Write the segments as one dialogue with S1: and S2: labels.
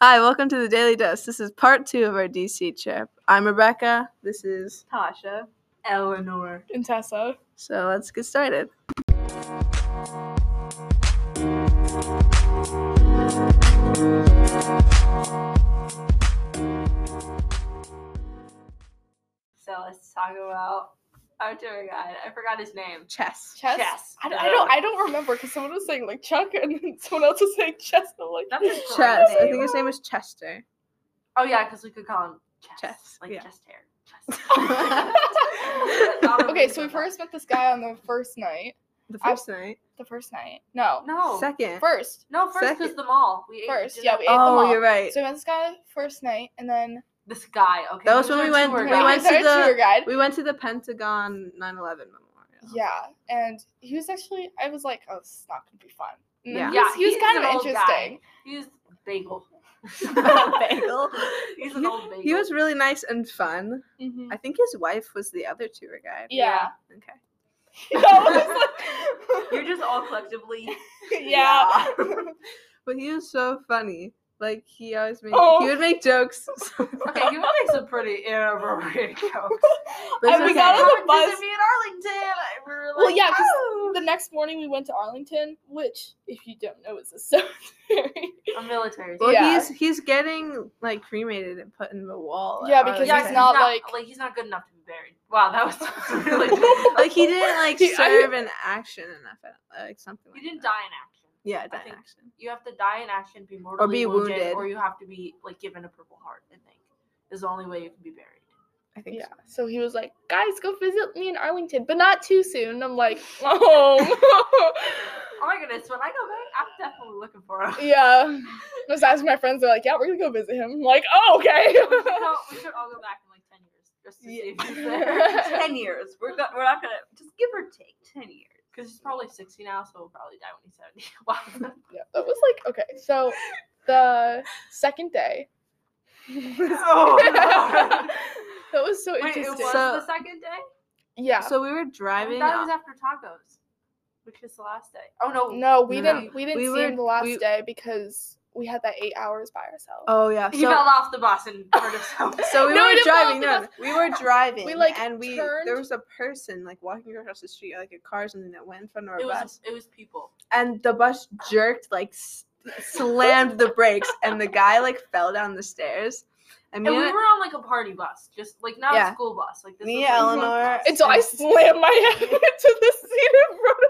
S1: Hi, welcome to the Daily Dose. This is part two of our DC trip. I'm Rebecca. This is Tasha.
S2: Eleanor.
S3: and Tessa.
S1: So let's get started.
S2: So let's talk about our tour guide. I forgot his name.
S1: Chess.
S3: Chess.
S2: Chess.
S3: I, I don't. I don't remember because someone was saying like Chuck, and then someone else was saying Chess. And I'm like,
S2: That's his
S1: Chess.
S2: great
S1: I
S2: name.
S1: think his name is Chester.
S2: Oh yeah, because we could call him Chess.
S1: Chess,
S2: Like
S1: yeah.
S2: chest hair. Chess.
S3: okay. So we first met this guy on the first night.
S1: The
S3: I-
S1: first night.
S3: The first night. No.
S2: No.
S1: Second.
S3: First.
S2: No, first because
S1: Second.
S2: the mall. We ate
S3: First,
S2: dinner-
S3: yeah, we ate the
S1: Oh,
S3: mall.
S1: you're right.
S3: So we met this guy first night, and then
S2: This guy. Okay.
S1: That was
S2: he's
S1: when
S2: our
S1: we went-
S2: tour
S1: we
S2: guide.
S1: went
S3: He's our
S1: to the-
S3: tour guide.
S1: We went to the Pentagon 9/11 Memorial.
S3: Yeah, and he was actually. I was like, oh, this is not gonna be fun. And
S1: Yeah.
S3: then He
S2: Yeah,
S3: was, he was
S2: he's
S3: kind
S2: an
S3: of
S2: old guy.
S3: interesting.
S2: He was bagel.
S1: Bagel.
S2: He's an
S1: He-
S2: old bagel.
S1: He was really nice and fun.
S3: Mhm.
S1: I think his wife was the other tour guide.
S3: Yeah.
S1: Okay.
S3: I was like-
S2: You're just all collectively.
S3: yeah.
S1: But he was so funny. Like he always made
S3: Oh.
S1: he would make jokes.
S2: Okay, he would make some pretty inappropriate jokes.
S1: This
S3: and we
S1: was
S3: got
S1: like,
S3: on the bus.
S2: Me in Arlington. and we were
S3: Well,
S2: like,
S3: yeah, 'cause
S2: "Oh."
S3: The next morning we went to Arlington, which, if you don't know, is a cemetery.
S2: A military.
S1: Well,
S3: Yeah.
S1: he's he's getting like cremated and put in the wall. at
S3: Yeah, because
S2: Yeah,
S3: he's
S2: 'cause
S1: Arlington.
S3: not, like-
S2: he's not good enough to be buried. Wow, that was really
S1: like he didn't like
S3: Dude, I-
S1: serve in action enough, at- like something.
S2: You
S1: Like
S2: didn't
S1: that.
S2: die in action.
S1: Yeah, die in
S2: think-
S1: action.
S2: You have to die in action, be mortally
S1: be
S2: wounded,
S1: wounded.
S2: or you have to be like given a purple heart. I think is the only way you can be buried.
S1: I think.
S3: yeah. So he was like, guys, go visit me in Arlington, but not too soon. And I'm like, oh.
S2: Oh my goodness, when I go back, I'm definitely looking for him.
S3: yeah. I was asking my friends, they're like, yeah, we're going to go visit him. I'm like, oh, okay.
S2: we, should all, we should all go back in like ten years just to see if he's there.
S3: Yeah.
S2: ten years. We're go- we're not gonna just give or take ten years because he's probably sixty now, so he'll probably die when he's seventy. Wow.
S3: yeah, that was like, okay. So the second day.
S2: oh,
S3: That was so
S2: Wait, it
S3: interesting.
S2: was
S1: So- uh
S2: the second day?
S3: yeah.
S1: So we were
S2: I
S1: driving.
S2: thought it was after tacos, which is the last day. Oh, no.
S3: no, we
S1: No,
S3: didn't. We didn't
S1: we
S3: see
S1: were-
S3: him the last
S1: we-
S3: day because we had that eight hours by ourselves.
S1: oh yeah.
S2: He
S1: So,
S2: fell off the bus and hurt himself.
S1: so we
S3: No,
S1: were
S3: we didn't fall
S1: driving. No,
S3: off the
S1: no, we were driving.
S3: We, like,
S1: and we there
S3: turned-
S1: was a person like walking across the street, like a car or something that went in front of our
S2: it,
S1: bus,
S2: was, it was people.
S1: and the bus jerked like s- slammed the brakes, and the guy like fell down the stairs. And
S2: And
S1: me
S2: we
S1: and,
S2: were on like a party bus, just like not
S1: Yeah.
S2: a school bus. Like this
S1: Me,
S2: was, like, a
S1: Eleanor,
S2: bus.
S3: And so I slammed my head into the seat in front of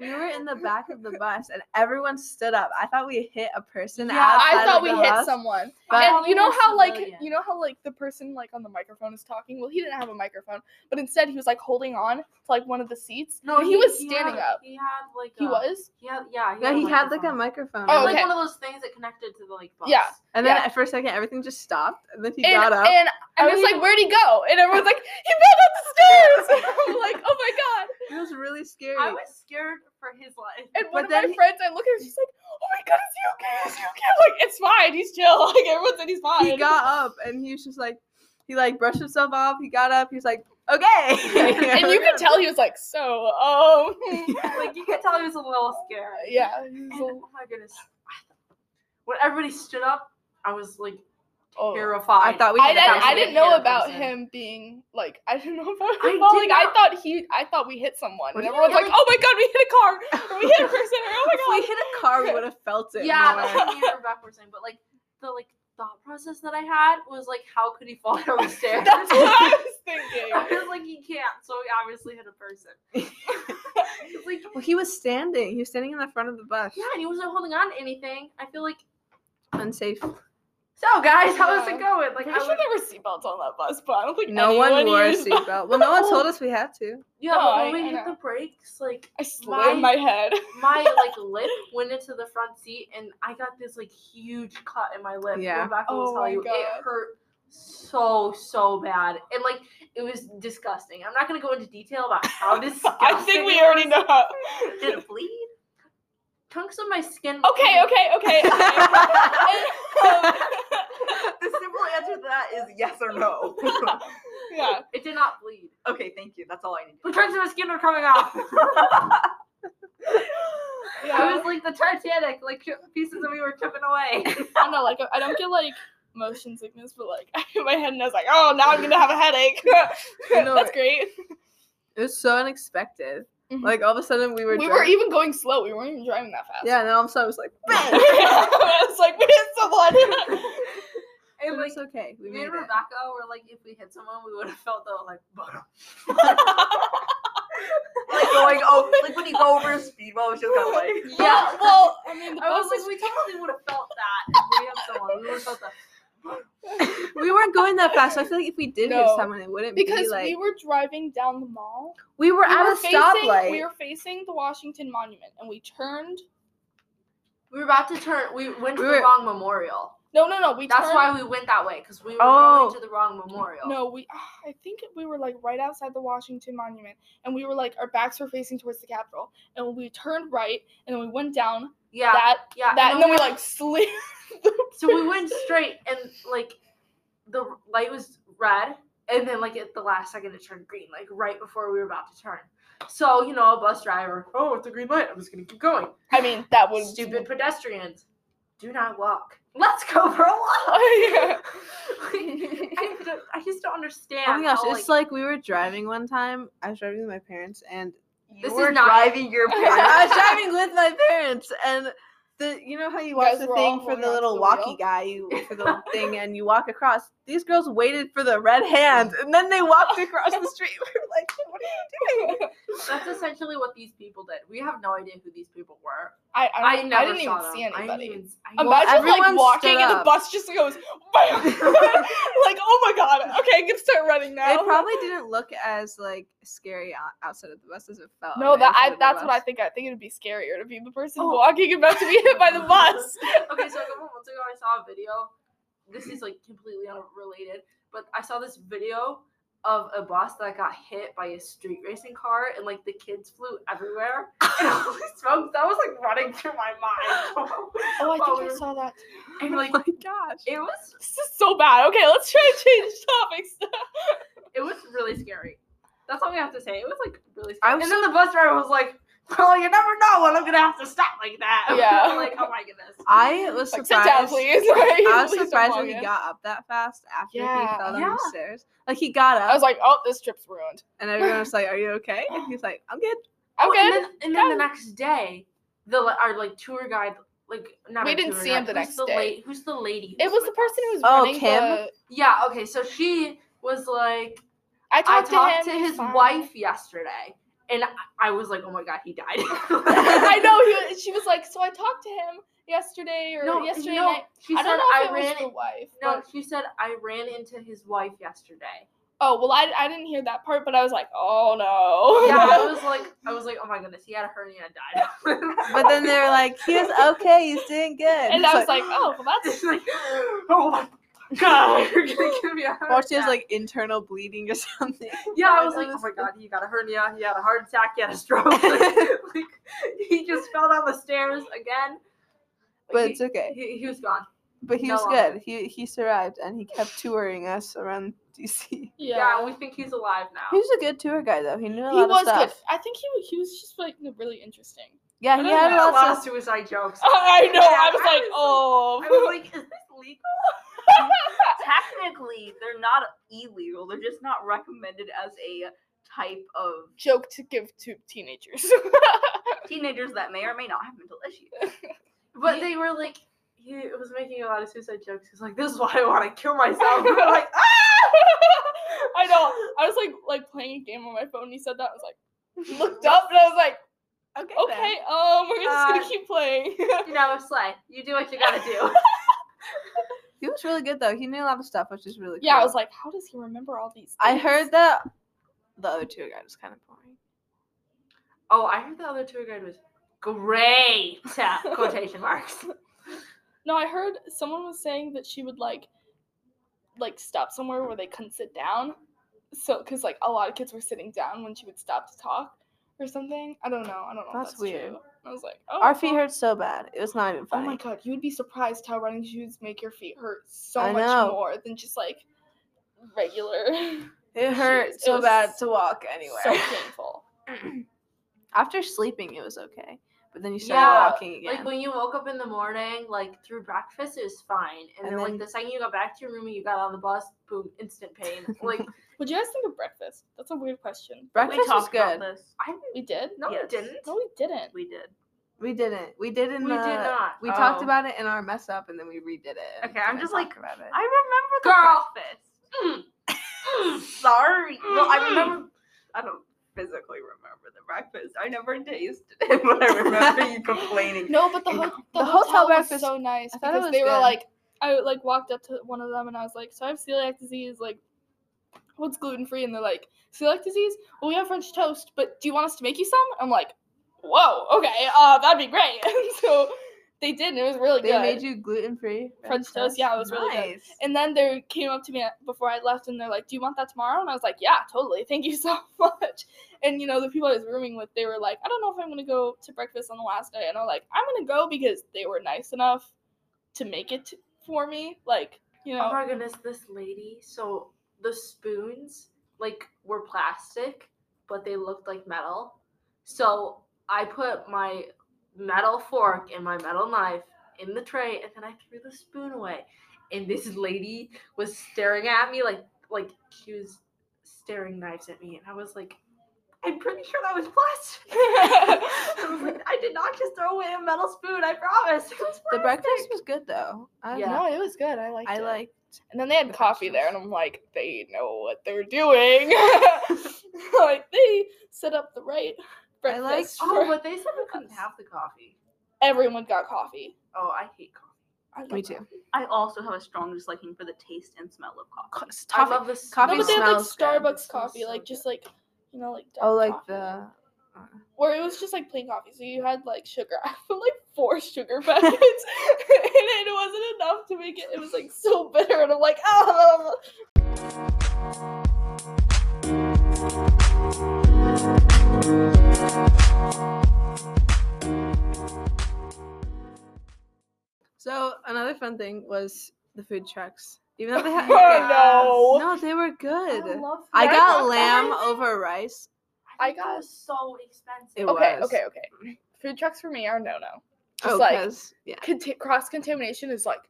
S1: We were in the back of the bus and everyone stood up. I thought we hit a person.
S2: Yeah,
S1: outside
S3: I
S1: of
S3: thought we
S1: the
S3: hit
S1: bus,
S3: someone.
S1: but-
S3: and you know
S2: Probably a
S3: how like
S2: civilian.
S3: you know how like the person like on the microphone is talking? Well he didn't have a microphone, but instead he was like holding on to like one of the seats.
S2: No,
S3: and he, was
S2: he
S3: standing
S2: had-
S3: up.
S2: He had like
S3: He
S2: a-
S3: was?
S2: He had, yeah.
S1: Yeah, he had like a
S2: microphone.
S1: microphone.
S3: Oh,
S1: like-
S3: okay.
S2: Like one of those things that connected to the like bus.
S3: Yeah.
S1: And then
S3: yeah.
S1: for a second, everything just stopped. And then he
S3: And,
S1: got up.
S3: and I
S2: And
S3: was
S2: he-
S3: like, Where'd he go? And everyone's like, He fell down the stairs I'm like, Oh my god.
S1: it was really scary.
S2: I was scared for his life.
S3: And
S1: But
S3: one of
S1: then
S3: my
S1: he-
S3: friends, I look at her, she's like, Oh my god, is he okay? Is he okay? I'm like, it's fine, he's chill. Like everyone said he's fine.
S1: he got up and he was just like, he like brushed himself off. He got up. He was like, okay.
S3: and you could tell he was like, so, um,
S2: like you could tell he was a little scared.
S3: yeah.
S2: And,
S3: he's a-
S2: oh my goodness. When everybody stood up, I was like
S3: Oh.
S2: terrified.
S1: I thought we
S3: I
S1: had
S2: that
S3: didn't,
S2: was
S3: I
S2: a
S3: didn't
S2: big
S3: know
S2: hair
S3: about
S2: person.
S3: him being like I didn't know about
S2: I
S3: him falling.
S2: did
S3: I
S2: not-
S3: thought he I thought we hit somemeone.
S1: What do
S3: And
S1: you
S3: everyone's
S2: mean?
S3: like, Oh my god, we hit a car. Or we hit a person. Or, oh
S1: if we
S3: my god.
S1: hit a car, we would have felt it.
S2: Yeah,
S1: more.
S2: that's what me and Rebecca were saying. But like the like thought process that I had was like, how could he fall down the stairs?
S3: That's what I was
S2: I
S3: thinking.
S2: was like, he can't. So he obviously hit a person. It's like,
S1: Well, he was standing. He was standing in the front of the bus.
S2: yeah, and he wasn't holding on to anything. I feel like.
S1: Unsafe.
S2: So guys, how is it
S3: Yeah.
S2: going? Like,
S3: I'm
S2: I
S3: pretty sure
S2: would,
S3: there were seatbelts on that bus, but I don't think
S1: No
S3: anyone
S1: one wore a
S3: used them.
S1: seatbelt. Well, no one told us we had to.
S2: yeah,
S3: No,
S2: but when
S3: I-
S2: we
S3: I
S2: hit
S3: know.
S2: the brakes, like
S3: I slammed my, head.
S2: my like lip went into the front seat, and I got this like huge cut in my lip.
S1: Yeah.
S2: Rebecca will
S3: Oh
S2: tell
S3: my
S2: you it
S3: God.
S2: hurt so so bad, and like it was disgusting. I'm not gonna go into detail about how disgusting.
S3: I think we
S2: it
S3: already
S2: was.
S3: know. how-
S2: Did it bleed? Chunks of my skin.
S3: Okay, okay, okay. okay. Um,
S4: The simple answer to that is yes or no.
S3: yeah.
S2: It did not bleed,
S4: okay, thank you. That's all I need.
S2: but chunks of my skin were coming off.
S3: Yeah.
S2: I was like the Titanic, like pieces of me were tripping away.
S3: I don't know, like I don't get like motion sickness, but like my head knows like, oh, now I'm gonna have a headache.
S1: I know,
S3: That's
S1: right?
S3: great.
S1: It was so unexpected.
S3: Mhm.
S1: Like all of a sudden we were.
S3: We were
S1: driving-
S3: even going slow. We weren't even driving that fast.
S1: Yeah, and then all of a sudden it was like, "Oh bang!
S3: I was like, we hit someone.
S2: And
S1: It
S2: like
S1: was okay. We
S2: me
S1: made
S2: and
S1: it.
S2: Rebecca were like, if we hit someone, we would have felt the like. bottom.
S4: like going oh like when you go over a speedboat, it's just kind of like
S3: yeah. Well, I mean, the
S2: I was like,
S3: bus was.
S2: we totally would have felt that if we hit someone. We would have felt that.
S1: We weren't going that fast. So I feel like if we did hit
S3: No,
S1: someone, it wouldn't
S3: Because
S1: be like
S3: we were driving down the mall.
S1: we were
S3: We
S1: at
S3: were
S1: a
S3: facing,
S1: stoplight.
S3: We were facing the Washington Monument, and we turned.
S2: We were about to turn. We went to
S1: We
S2: the
S1: were-
S2: wrong memorial.
S3: No, no, no. We.
S2: That's
S3: turned,
S2: why we went that way because we were
S1: Oh.
S2: going to the wrong memorial.
S3: No, we. ah, I think we were like right outside the Washington Monument, and we were like our backs were facing towards the Capitol, and we turned right, and then we went down
S2: Yeah.
S3: that
S2: yeah.
S3: that, and
S2: then
S3: then we like slid.
S2: So we went straight, and like the r- light was red, and then like at the last second it turned green, like right before we were about to turn. So you know, a bus driver. Oh, it's a green light. I'm just gonna keep going.
S3: I mean, that was
S2: Stupid pedestrians, do not walk. Let's go for a walk.
S3: yeah.
S2: Like, I, don't- I just don't understand.
S1: Oh my gosh,
S2: how,
S1: it's like we were driving one time. I was driving with my parents, and
S4: you
S2: This is
S4: were
S2: not-
S4: driving your
S1: I was driving
S4: parents.
S1: with my parents, and the you know how you watch
S3: guys
S1: the
S3: were
S1: thing
S3: all
S1: for
S3: holding
S1: the
S3: onto
S1: little
S3: the wheel?
S1: walkie guy, you for the little thing, and you walk across. These girls waited for the red hand, and then they walked across the street. We were like, "What are you doing?"
S2: that's essentially what these people did. We have no idea who these people were.
S3: I, I,
S2: I,
S3: don't-
S2: never
S3: I didn't
S2: saw
S3: even
S2: them.
S3: see
S2: I didn't
S3: anybody.
S2: even- I
S1: Well,
S3: Imagine
S1: everyone
S3: like walking
S1: stood
S3: and the
S1: up.
S3: bus just goes bam. like oh my god okay I'm gonna start running now.
S1: It probably didn't look as like scary o- outside of the bus as it felt. on
S3: No,
S1: the
S3: that
S1: inside
S3: I,
S1: of the
S3: Oh, that's what I
S1: bus.
S3: think. I think it'd be scarier to be the person
S2: Oh.
S3: walking about to be hit by the bus.
S2: okay, so a couple months ago, I saw a video. This is like completely unrelated, but I saw this video of a bus that got hit by a street racing car, and like the kids flew everywhere. And holy smokes, that was like running through my mind.
S3: Oh, I
S2: While
S3: think
S2: we
S3: I
S2: were-
S3: saw that.
S2: And like
S1: Oh my gosh.
S2: it was,
S3: This is so bad. Okay, let's try to change topics.
S2: it was really scary. That's all we have to say. It was like really
S1: I
S2: scary.
S1: was
S2: and then the bus driver was like, "Well, you never know when I'm gonna have to stop like that."
S3: Yeah.
S2: like oh my goodness.
S1: I was
S3: Like,
S1: surprised.
S3: sit down, please.
S1: I was
S3: Please don't
S1: surprised
S3: walk
S1: when he
S3: in.
S1: got up that fast after
S3: Yeah.
S1: he fell down
S2: Yeah.
S1: the stairs. Like he got up,
S3: I was like, oh, this trip's ruined.
S1: and everyone was like, "Are you okay?" And he's like, "I'm good."
S3: I'm
S2: Oh,
S3: good.
S2: And then, and then the next day, the li- our like tour guide, like not
S3: We
S2: our
S3: didn't
S2: tour
S3: see him
S2: guide,
S3: the
S2: who's
S3: next day.
S2: la- who's the lady?
S3: it was the
S2: with
S3: person who
S2: us?
S3: was
S1: Oh,
S3: running
S1: Kim?
S3: the-
S2: Yeah. Okay. So she was like,
S3: I
S2: I
S3: talked,
S2: talked to,
S3: him,
S2: his
S3: he's fine.
S2: wife yesterday, and I- I was like, oh my god, he died.
S3: I know. He, she was like, so I talked to him yesterday or
S2: No,
S3: yesterday
S2: no,
S3: night.
S2: She
S3: I
S2: said
S3: don't know
S2: I
S3: if it
S2: ran.
S3: was the wife.
S2: no,
S3: but-
S2: she said I ran into his wife yesterday.
S3: oh well, I, I didn't hear that part, but I was like, oh no.
S2: Yeah, I was like, I was like, oh my goodness, he had a hernia and died.
S1: But then they were like, "He was okay. He's doing good."
S3: and I was like, oh well, that's
S2: it's like, oh my god, you're gonna give me a heart
S1: "Or she has
S2: attack."
S1: like internal bleeding or something."
S2: Yeah, I
S1: Oh,
S2: was
S1: that
S2: like, oh
S1: was
S2: my god, he got a hernia, he had a heart attack, he had a stroke. like, like, he just fell down the stairs again. Like,
S1: But
S2: he,
S1: it's okay.
S2: he, he was gone.
S1: But he
S2: No
S1: was
S2: longer.
S1: good. He he survived, and he kept touring us around DC.
S2: Yeah, and we think he's alive
S1: He
S2: now.
S1: was a good tour guide, though. He knew a
S3: he
S1: lot
S3: was
S1: of stuff.
S3: good. I think he wa- he was just like really interesting.
S1: Yeah,
S2: And
S1: he
S2: I
S1: had
S2: made a lot of
S1: of.
S2: suicide jokes.
S3: I know.
S2: Yeah,
S3: I
S2: I
S3: was like,
S2: was like-
S3: oh.
S2: I was like, is this legal?
S4: Technically, they're not illegal. They're just not recommended as a type of
S3: joke to give to teenagers.
S4: teenagers that may or may not have mental issues.
S2: But they were like, he was making a lot of suicide jokes. He's like, this is why I want to kill myself. And I'm like,
S3: I know. I was like like playing a game on my phone. and He said that. I was like looked up and I was like,
S1: Okay. then.
S3: okay, um, we're just
S2: Uh,
S3: gonna keep playing.
S2: you know, Slay, you do what you gotta do.
S1: He was really good though. He knew a lot of stuff, which is really
S3: yeah,
S1: cool.
S3: I was like, how does he remember all these?
S1: I
S3: things?
S1: heard that the other tour guide was kind of boring.
S2: oh, I heard the other tour guide was great. Quotation marks.
S3: No, I heard someone was saying that she would like, like stop somewhere where they couldn't sit down, so because like a lot of kids were sitting down when she would stop to talk or something. I don't know. I don't know. if
S1: That's
S3: true.
S1: weird.
S3: I was like, oh,
S1: Our feet
S3: well.
S1: hurt so bad. It was not even
S3: Oh
S1: funny.
S3: my god, you would be surprised how running shoes make your feet hurt so
S1: I
S3: much
S1: know.
S3: more than just like regular.
S1: It
S3: Jeez,
S1: hurt
S3: it
S1: so
S3: was
S1: bad to walk anywhere.
S3: so painful.
S1: After sleeping, it was okay. But but then you started
S2: Yeah,
S1: walking again.
S2: Like when you woke up in the morning, like through breakfast, it was fine.
S1: And
S2: And, then,
S1: then-
S2: like the second you got back to your room and you got on the bus, boom, instant pain. Like
S3: Would you guys think of breakfast? That's a weird question.
S1: Breakfast
S4: we
S1: was
S4: talked about
S1: good.
S4: this.
S2: I didn't-
S3: We did?
S2: no,
S4: Yes.
S2: we didn't.
S3: No, we didn't.
S4: We did.
S1: We didn't. We did in
S2: We
S1: the.
S2: did not.
S1: We talked
S4: Oh.
S1: about it in our mess up, and then we redid it. and
S4: Okay, I'm
S1: didn't
S4: just,
S1: talk
S4: like,
S1: about it.
S4: I remember the
S2: Girl.
S4: breakfast.
S2: Mm.
S4: Sorry. Well, I
S2: Mhm.
S4: remember. I don't physically remember the breakfast. I never tasted it, but I remember you complaining.
S3: No, but the,
S4: And
S3: ho- the,
S1: the hotel
S3: hotel,
S1: breakfast-
S3: was so nice
S1: I thought it
S3: because
S1: was
S3: they
S1: good.
S3: were like, I like walked up to one of them and I was like, so I have celiac disease. Like, what's gluten free? And they're like, celiac disease? Well, we have French toast, but do you want us to make you some? I'm like, whoa, okay, uh, that'd be great. And so they did, and it was really
S1: they
S3: good.
S1: made you gluten free
S3: French toast, yeah, it was really good.
S4: nice.
S3: and then they came up to me at- before I left, and they're like, "Do you want that tomorrow?" And I was like, "Yeah, totally. Thank you so much." And you know, the people I was rooming with, they were like, "I don't know if I'm gonna go to breakfast on the last day," and I'm like, "I'm gonna go because they were nice enough to make it t- for me." Like, you know,
S2: Oh
S1: Uh-huh.
S2: my goodness, this lady. So the spoons like were plastic, but they looked like metal. So I put my metal fork and my metal knife in the tray, and then I threw the spoon away. And this lady was staring at me like like she was staring knives at me, and I was like, I'm pretty sure that was plastic. I was like, I did not just throw away a metal spoon. I promise. It was
S1: The
S2: plastic."
S1: breakfast was good though. I,
S2: Yeah.
S3: no, it was good. I liked
S1: I
S3: it.
S1: like.
S3: and then they had
S1: the
S3: coffee there,
S1: breakfast.
S3: and I'm like, they know what they're doing. like they set up the right
S1: I
S3: breakfast.
S1: like-
S2: Oh,
S3: for-
S2: but they said we couldn't have the coffee.
S3: everyone got coffee.
S2: Oh, I hate coffee.
S3: I
S1: Me
S3: love
S1: too.
S3: coffee.
S4: I also have a strong disliking for the taste and smell of
S1: Co-
S4: coffee.
S1: toffee-
S2: I love this.
S1: coffee
S3: No, but they had like
S1: smells good. It
S3: Starbucks
S2: smells
S3: coffee,
S2: so
S3: like just like you know, like
S1: oh,
S3: dark
S1: like
S3: coffee.
S1: the.
S3: or it was just like plain coffee. So you had like sugar. I put like four sugar packets, and it wasn't enough to make it. It was like so bitter, and I'm like, oh.
S1: So another fun thing was the food trucks. Even though they had. okay,
S3: no.
S1: No, they were good.
S2: I, love
S1: I
S3: I
S1: got
S3: got
S1: lamb
S2: rice.
S1: over rice.
S2: I
S3: I
S2: got
S3: got-
S2: was so expensive.
S1: It
S3: Okay,
S1: was.
S3: okay, okay. Food trucks for me are no no. Just
S1: Oh,
S3: like
S1: 'cause- yeah.
S3: conti- cross contamination is like,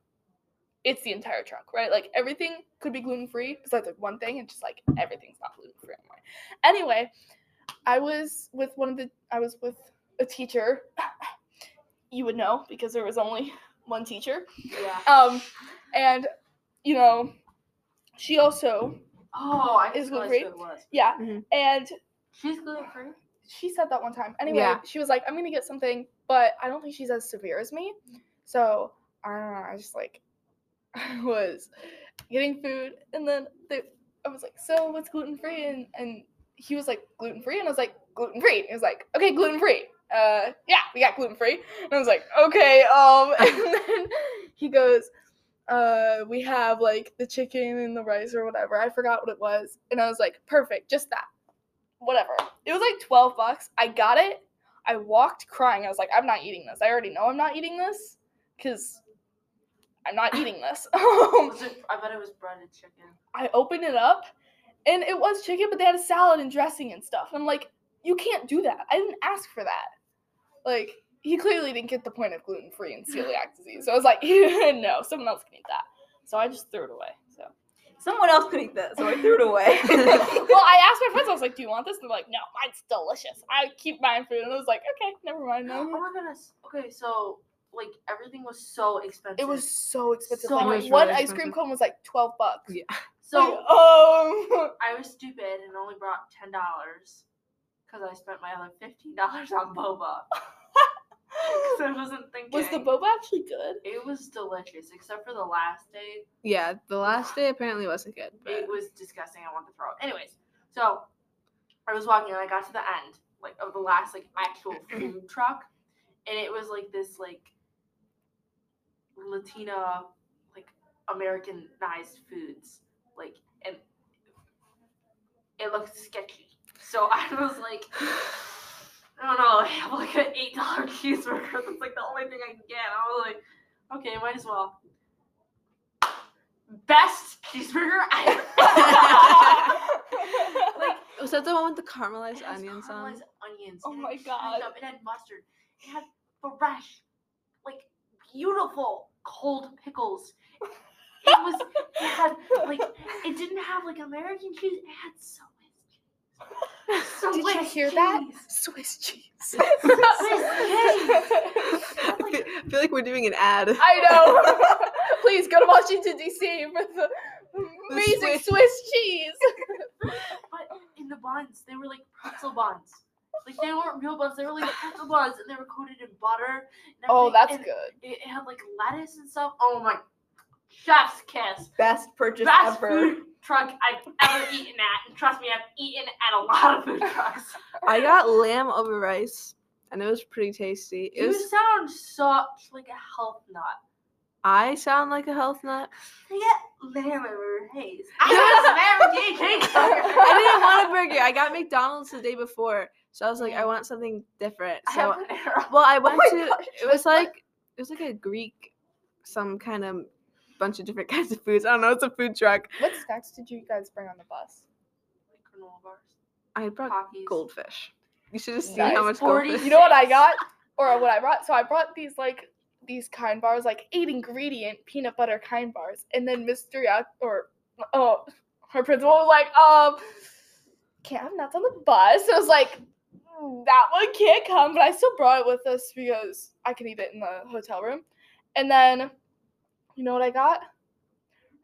S3: it's the entire truck, right? Like everything could be gluten free besides like one thing, and just like everything's not gluten free anymore. Anyway, I was with one of the I was with a teacher. you would know because there was only one teacher.
S2: Yeah.
S3: Um, and you know, she also
S2: Oh, I just
S3: Is it
S2: realized
S3: great?
S2: who it was.
S3: yeah,
S1: Mhm.
S3: and
S2: She's gluten free.
S3: she said that one time. Anyway,
S1: Yeah.
S3: she was like, I'm gonna get something, but I don't think she's as severe as me. So I don't know. I just like I was getting food and then they, I was like, so what's gluten free? And and he was like, gluten free, and I was like, gluten free. He was like, okay, gluten free. Uh yeah, we got gluten free. And I was like, okay, um and then he goes, uh, we have like the chicken and the rice or whatever. I forgot what it was. And I was like, perfect, just that whatever. It was like 12 bucks. I got it. I walked crying. I was like, I'm not eating this. I already know I'm not eating this because I'm not eating this. Um,
S2: Oh, Was it- I bet it was bread and chicken.
S3: I opened it up and it was chicken, but they had a salad and dressing and stuff. I'm like, you can't do that. I didn't ask for that. Like, he clearly didn't get the point of gluten free and celiac disease. So I was like, no, someone else can eat that. So I just threw it away. So
S4: Someone else could eat that, so I threw it away.
S2: Oh
S3: well, I asked my friends, I was like, Do you want this? And they're like, No, mine's delicious. I keep buying food. And I was like, Okay, never mind.
S2: Oh
S3: No.
S2: my goodness. Okay, so like everything was so expensive.
S3: It was so expensive.
S2: So
S3: like,
S2: much
S3: one
S1: really
S3: ice cream
S1: expensive.
S3: cone was like 12 bucks.
S1: Yeah.
S2: so
S3: um,
S2: I was stupid and only brought ten dollars because I spent my other fifteen dollars on boba. 'Cause I wasn't thinking.
S3: was the boba actually good?
S2: It was delicious, except for the last day.
S1: Yeah, the last day apparently wasn't good. But
S2: It was disgusting. I want to throw up. Anyways, so I was walking and I got to the end, like of the last like actual food truck, and it was like this like Latina, like Americanized foods, like and it looked sketchy. So I was like, I don't know, I have like an eight dollar cheeseburger. That's like the only thing I can get. I was like, okay, might as well. Best cheeseburger I like
S1: was that the one with the caramelized
S2: it has
S1: onions on?
S2: caramelized onions.
S3: Oh
S2: it had
S3: my
S2: shredded
S3: God.
S2: Up. It had mustard. It had fresh, like beautiful cold pickles. It was it had like it didn't have like American cheese. It had Swiss cheese.
S3: Did you
S2: Swiss
S3: hear that?
S2: cheese.
S3: Swiss cheese.
S2: Swiss
S1: I feel- I feel like we're doing an ad.
S3: I know. Please go to Washington D.C. for the amazing
S1: Swiss-
S3: Swiss, cheese.
S2: But in the buns, they were like pretzel buns. Like they weren't real buns. They were like pretzel buns, and they were coated in butter. and
S3: Oh,
S2: everything,
S3: that's
S2: and
S3: good.
S2: It, it had like lettuce and stuff. Oh my, chef's kiss.
S4: Best purchase
S2: Best
S4: ever.
S2: food truck I've ever eaten at, and trust me, I've eaten at a lot of food trucks.
S1: I got lamb over rice, and it was pretty tasty. It
S2: You
S1: was.
S2: sound such like a health nut.
S1: I sound like a health nut.
S2: They get lamb over haze. I got American cheese.
S1: I didn't want a burger. I got McDonald's the day before, so I was like, I want something different.
S2: I
S1: So,
S2: have an arrow.
S1: well,
S3: Oh
S1: I went
S4: my
S1: to. It was like it was like a Greek, some kind of bunch of different kinds of foods. I don't know. It's a food truck.
S3: What snacks did you guys bring on the bus?
S2: Like granola bars,
S1: I brought
S2: Takis.
S1: goldfish. You should just see
S3: Nice.
S1: how much
S2: 40
S1: goldfish.
S3: You know what I got, or what I brought? So I brought these like these kind bars, like eight ingredient peanut butter kind bars, and then Miss Duriat or oh, her principal was like, um, can't have nuts on the bus. And I was like, "Mm, that one can't come, but I still brought it with us because I can eat it in the hotel room. And then, you know what I got?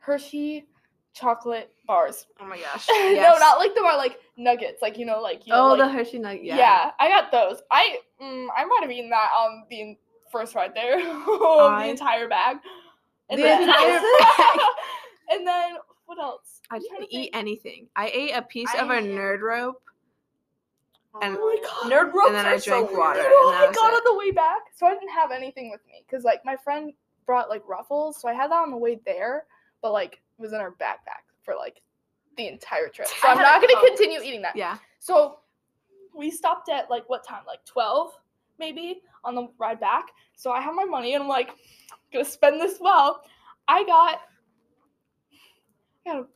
S3: Hershey chocolate bars.
S1: Oh my gosh.
S3: no, not like the bar, like nuggets, like you know, like you know,
S1: Oh, the
S3: like,
S1: Hershey nugget.
S3: yeah.
S1: Yeah.
S3: I got those. I mm, I might have eaten that on the en- first ride there,
S1: I-
S3: the entire bag. And
S1: The
S3: then,
S1: entire bag?
S3: and then what else?
S1: I
S3: I'm trying
S1: didn't
S3: to
S1: eat
S3: think.
S1: anything. I ate a piece
S2: I
S1: of a
S2: ate-
S1: nerd rope. And-
S2: Oh my
S3: God.
S4: Nerd ropes
S1: then
S4: are
S1: I
S4: so
S1: drank
S4: weird.
S1: water.
S3: You know
S1: and
S3: what
S1: that
S3: Oh, I
S1: was
S3: got
S1: it.
S3: on the way back? So I didn't have anything with me because like my friend brought like ruffles, so I had that on the way there, but like it was in our backpack for like the entire trip. So
S2: I
S3: I'm
S2: had
S3: not
S2: a
S3: gonna
S2: Coke.
S3: continue eating that.
S1: Yeah.
S3: So we stopped at like what time? Like 12 maybe on the ride back. So I have my money and I'm like, gonna spend this well. I got, I got a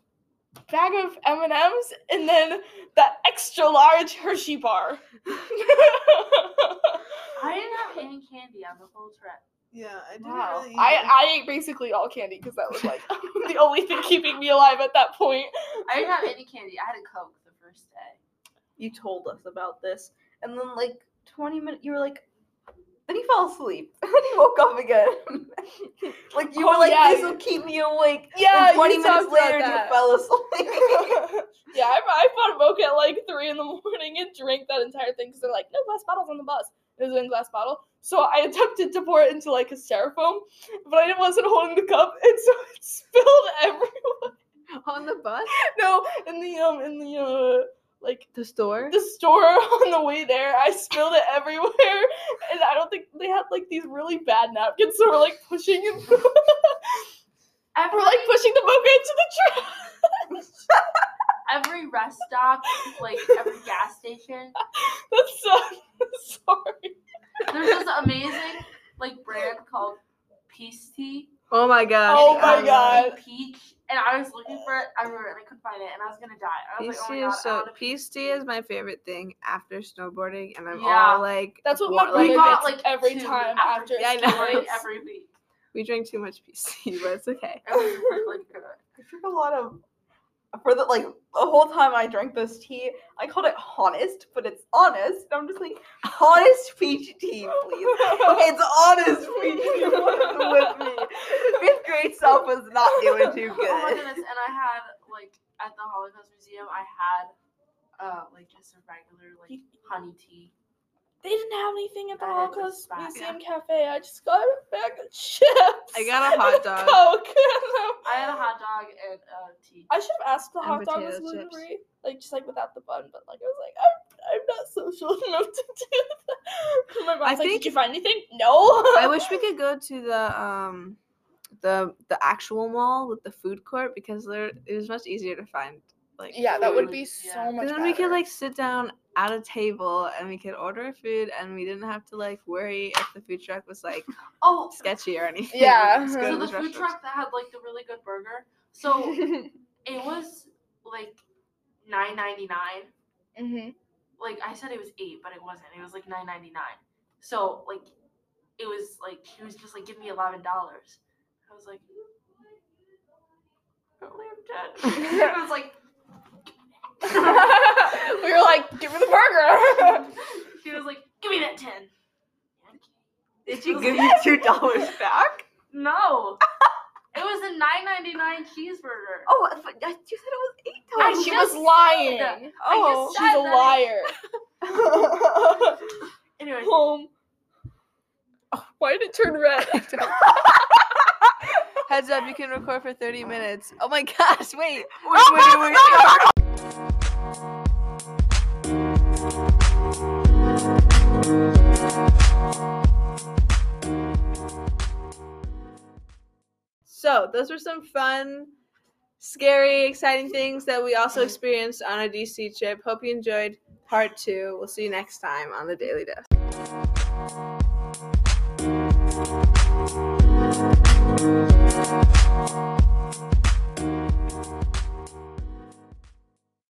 S3: bag of M&Ms and then that extra large Hershey bar.
S2: I didn't have any candy on the whole trip.
S1: Yeah, I didn't
S3: Wow. I, I ate basically all candy because that was like the only thing keeping me alive at that point.
S2: I didn't have any candy. I had a Coke the first day.
S4: You told us about this, and then like 20 minutes, you were like. Then he fell asleep. Then he woke up again. like you
S3: Oh,
S4: were like,
S3: yeah.
S4: this will keep me awake.
S3: Yeah,
S4: and 20
S3: you
S4: minutes
S3: talked about
S4: later,
S3: that.
S4: you fell asleep.
S3: yeah, I, I bought a mocha at like three in the morning and drank that entire thing because they're like, no glass bottles on the bus. It was in a glass bottle. So I attempted to pour it into like a styrofoam, but I wasn't holding the cup, and so it spilled every
S1: on the bus,
S3: no in the um in the uh like
S1: the store.
S3: the store on the way there. I spilled it everywhere, and I don't think they had like these really bad napkins, so we're like pushing and we're like pushing the mocha into the trash.
S2: every rest stop, like every gas station,
S3: That's so sorry.
S2: there's this amazing like brand called Peace Tea.
S1: Oh my gosh.
S3: Oh
S2: It
S3: my
S2: has,
S3: God.
S2: like, peach, and I was looking for it everywhere, and I couldn't find it, and I was gonna die. I was
S1: Peach
S2: like, oh
S1: tea
S2: my god,
S1: is so.
S2: I
S1: Peach tea is my favorite thing after snowboarding, and I'm
S2: Yeah.
S1: all like,
S3: That's what
S1: "What-
S3: my
S2: want
S1: like,
S3: brother
S2: We
S1: I-
S2: got
S3: gets
S2: like
S3: every
S2: two
S3: time after
S1: Yeah, I know.
S2: snowboarding
S3: snowboards.
S2: every week.
S1: we drink too much peach tea, but it's okay.
S2: It was really good. Oh
S4: I drank a lot of for the like the whole time I drank this tea, I called it honest, but it's honest. And I'm just like, honest peach tea, please. Okay, it's honest peach tea with me. Fifth grade self was not doing too
S2: Oh my
S4: good.
S2: goodness! And I had like at the Holocaust Museum, I had uh like just a regular like honey tea.
S3: They didn't have anything at the
S2: I had to
S3: Holocaust
S2: stop,
S3: Museum Cafe. I just got a bag of chips.
S1: I got a hot dog.
S3: Coke.
S2: I had a hot dog and a tea.
S3: I should have asked if the
S1: And
S3: hot dog
S1: potato
S3: was
S1: chips.
S3: gluten-free, like just like without the bun. But like I was like, I'm, I'm not social enough to do that. My mom's like,
S1: think-
S3: did you find anything? No.
S1: I wish we could go to the um, the the actual mall with the food court because there it was much easier to find. Like
S3: Yeah, that would
S1: food.
S3: be
S2: Yeah.
S3: so much.
S1: And then we could
S3: better.
S1: like sit down at a table and we could order our food and we didn't have to like worry if the food truck was like
S2: Oh,
S1: sketchy or anything.
S3: Yeah.
S1: Just go to
S2: so
S3: good
S2: the
S1: those
S2: food
S1: restaurants.
S2: truck that had like the really good burger.
S3: Oh.
S2: So it was like nine ninety nine.
S3: Mhm.
S2: Like I said, it was eight, but it wasn't. It was like nine ninety nine. So like it was like he was just like, give me eleven dollars. I was like, probably I'm dead. I was like,
S3: we were like, give me the burger.
S2: he was like, give me that ten.
S4: Did she give you two dollars back?
S2: No. It was a nine ninety nine cheeseburger.
S4: Oh, I thought- I- you said it was eight
S2: I
S4: dollars.
S3: she
S2: just
S3: was
S2: said
S3: Oh, lying.
S4: Oh,
S2: just
S3: She's a
S2: said that.
S3: liar.
S2: Anyways,
S3: Home. Oh, why did it turn red?
S1: Heads up, you can record for 30 minutes. Oh my gosh, wait.
S4: Wait, wait, wait, wait.
S1: So, those were some fun, scary, exciting things that we also experienced on our DC trip. Hope you enjoyed part two. We'll see you next time on the Daily Dose.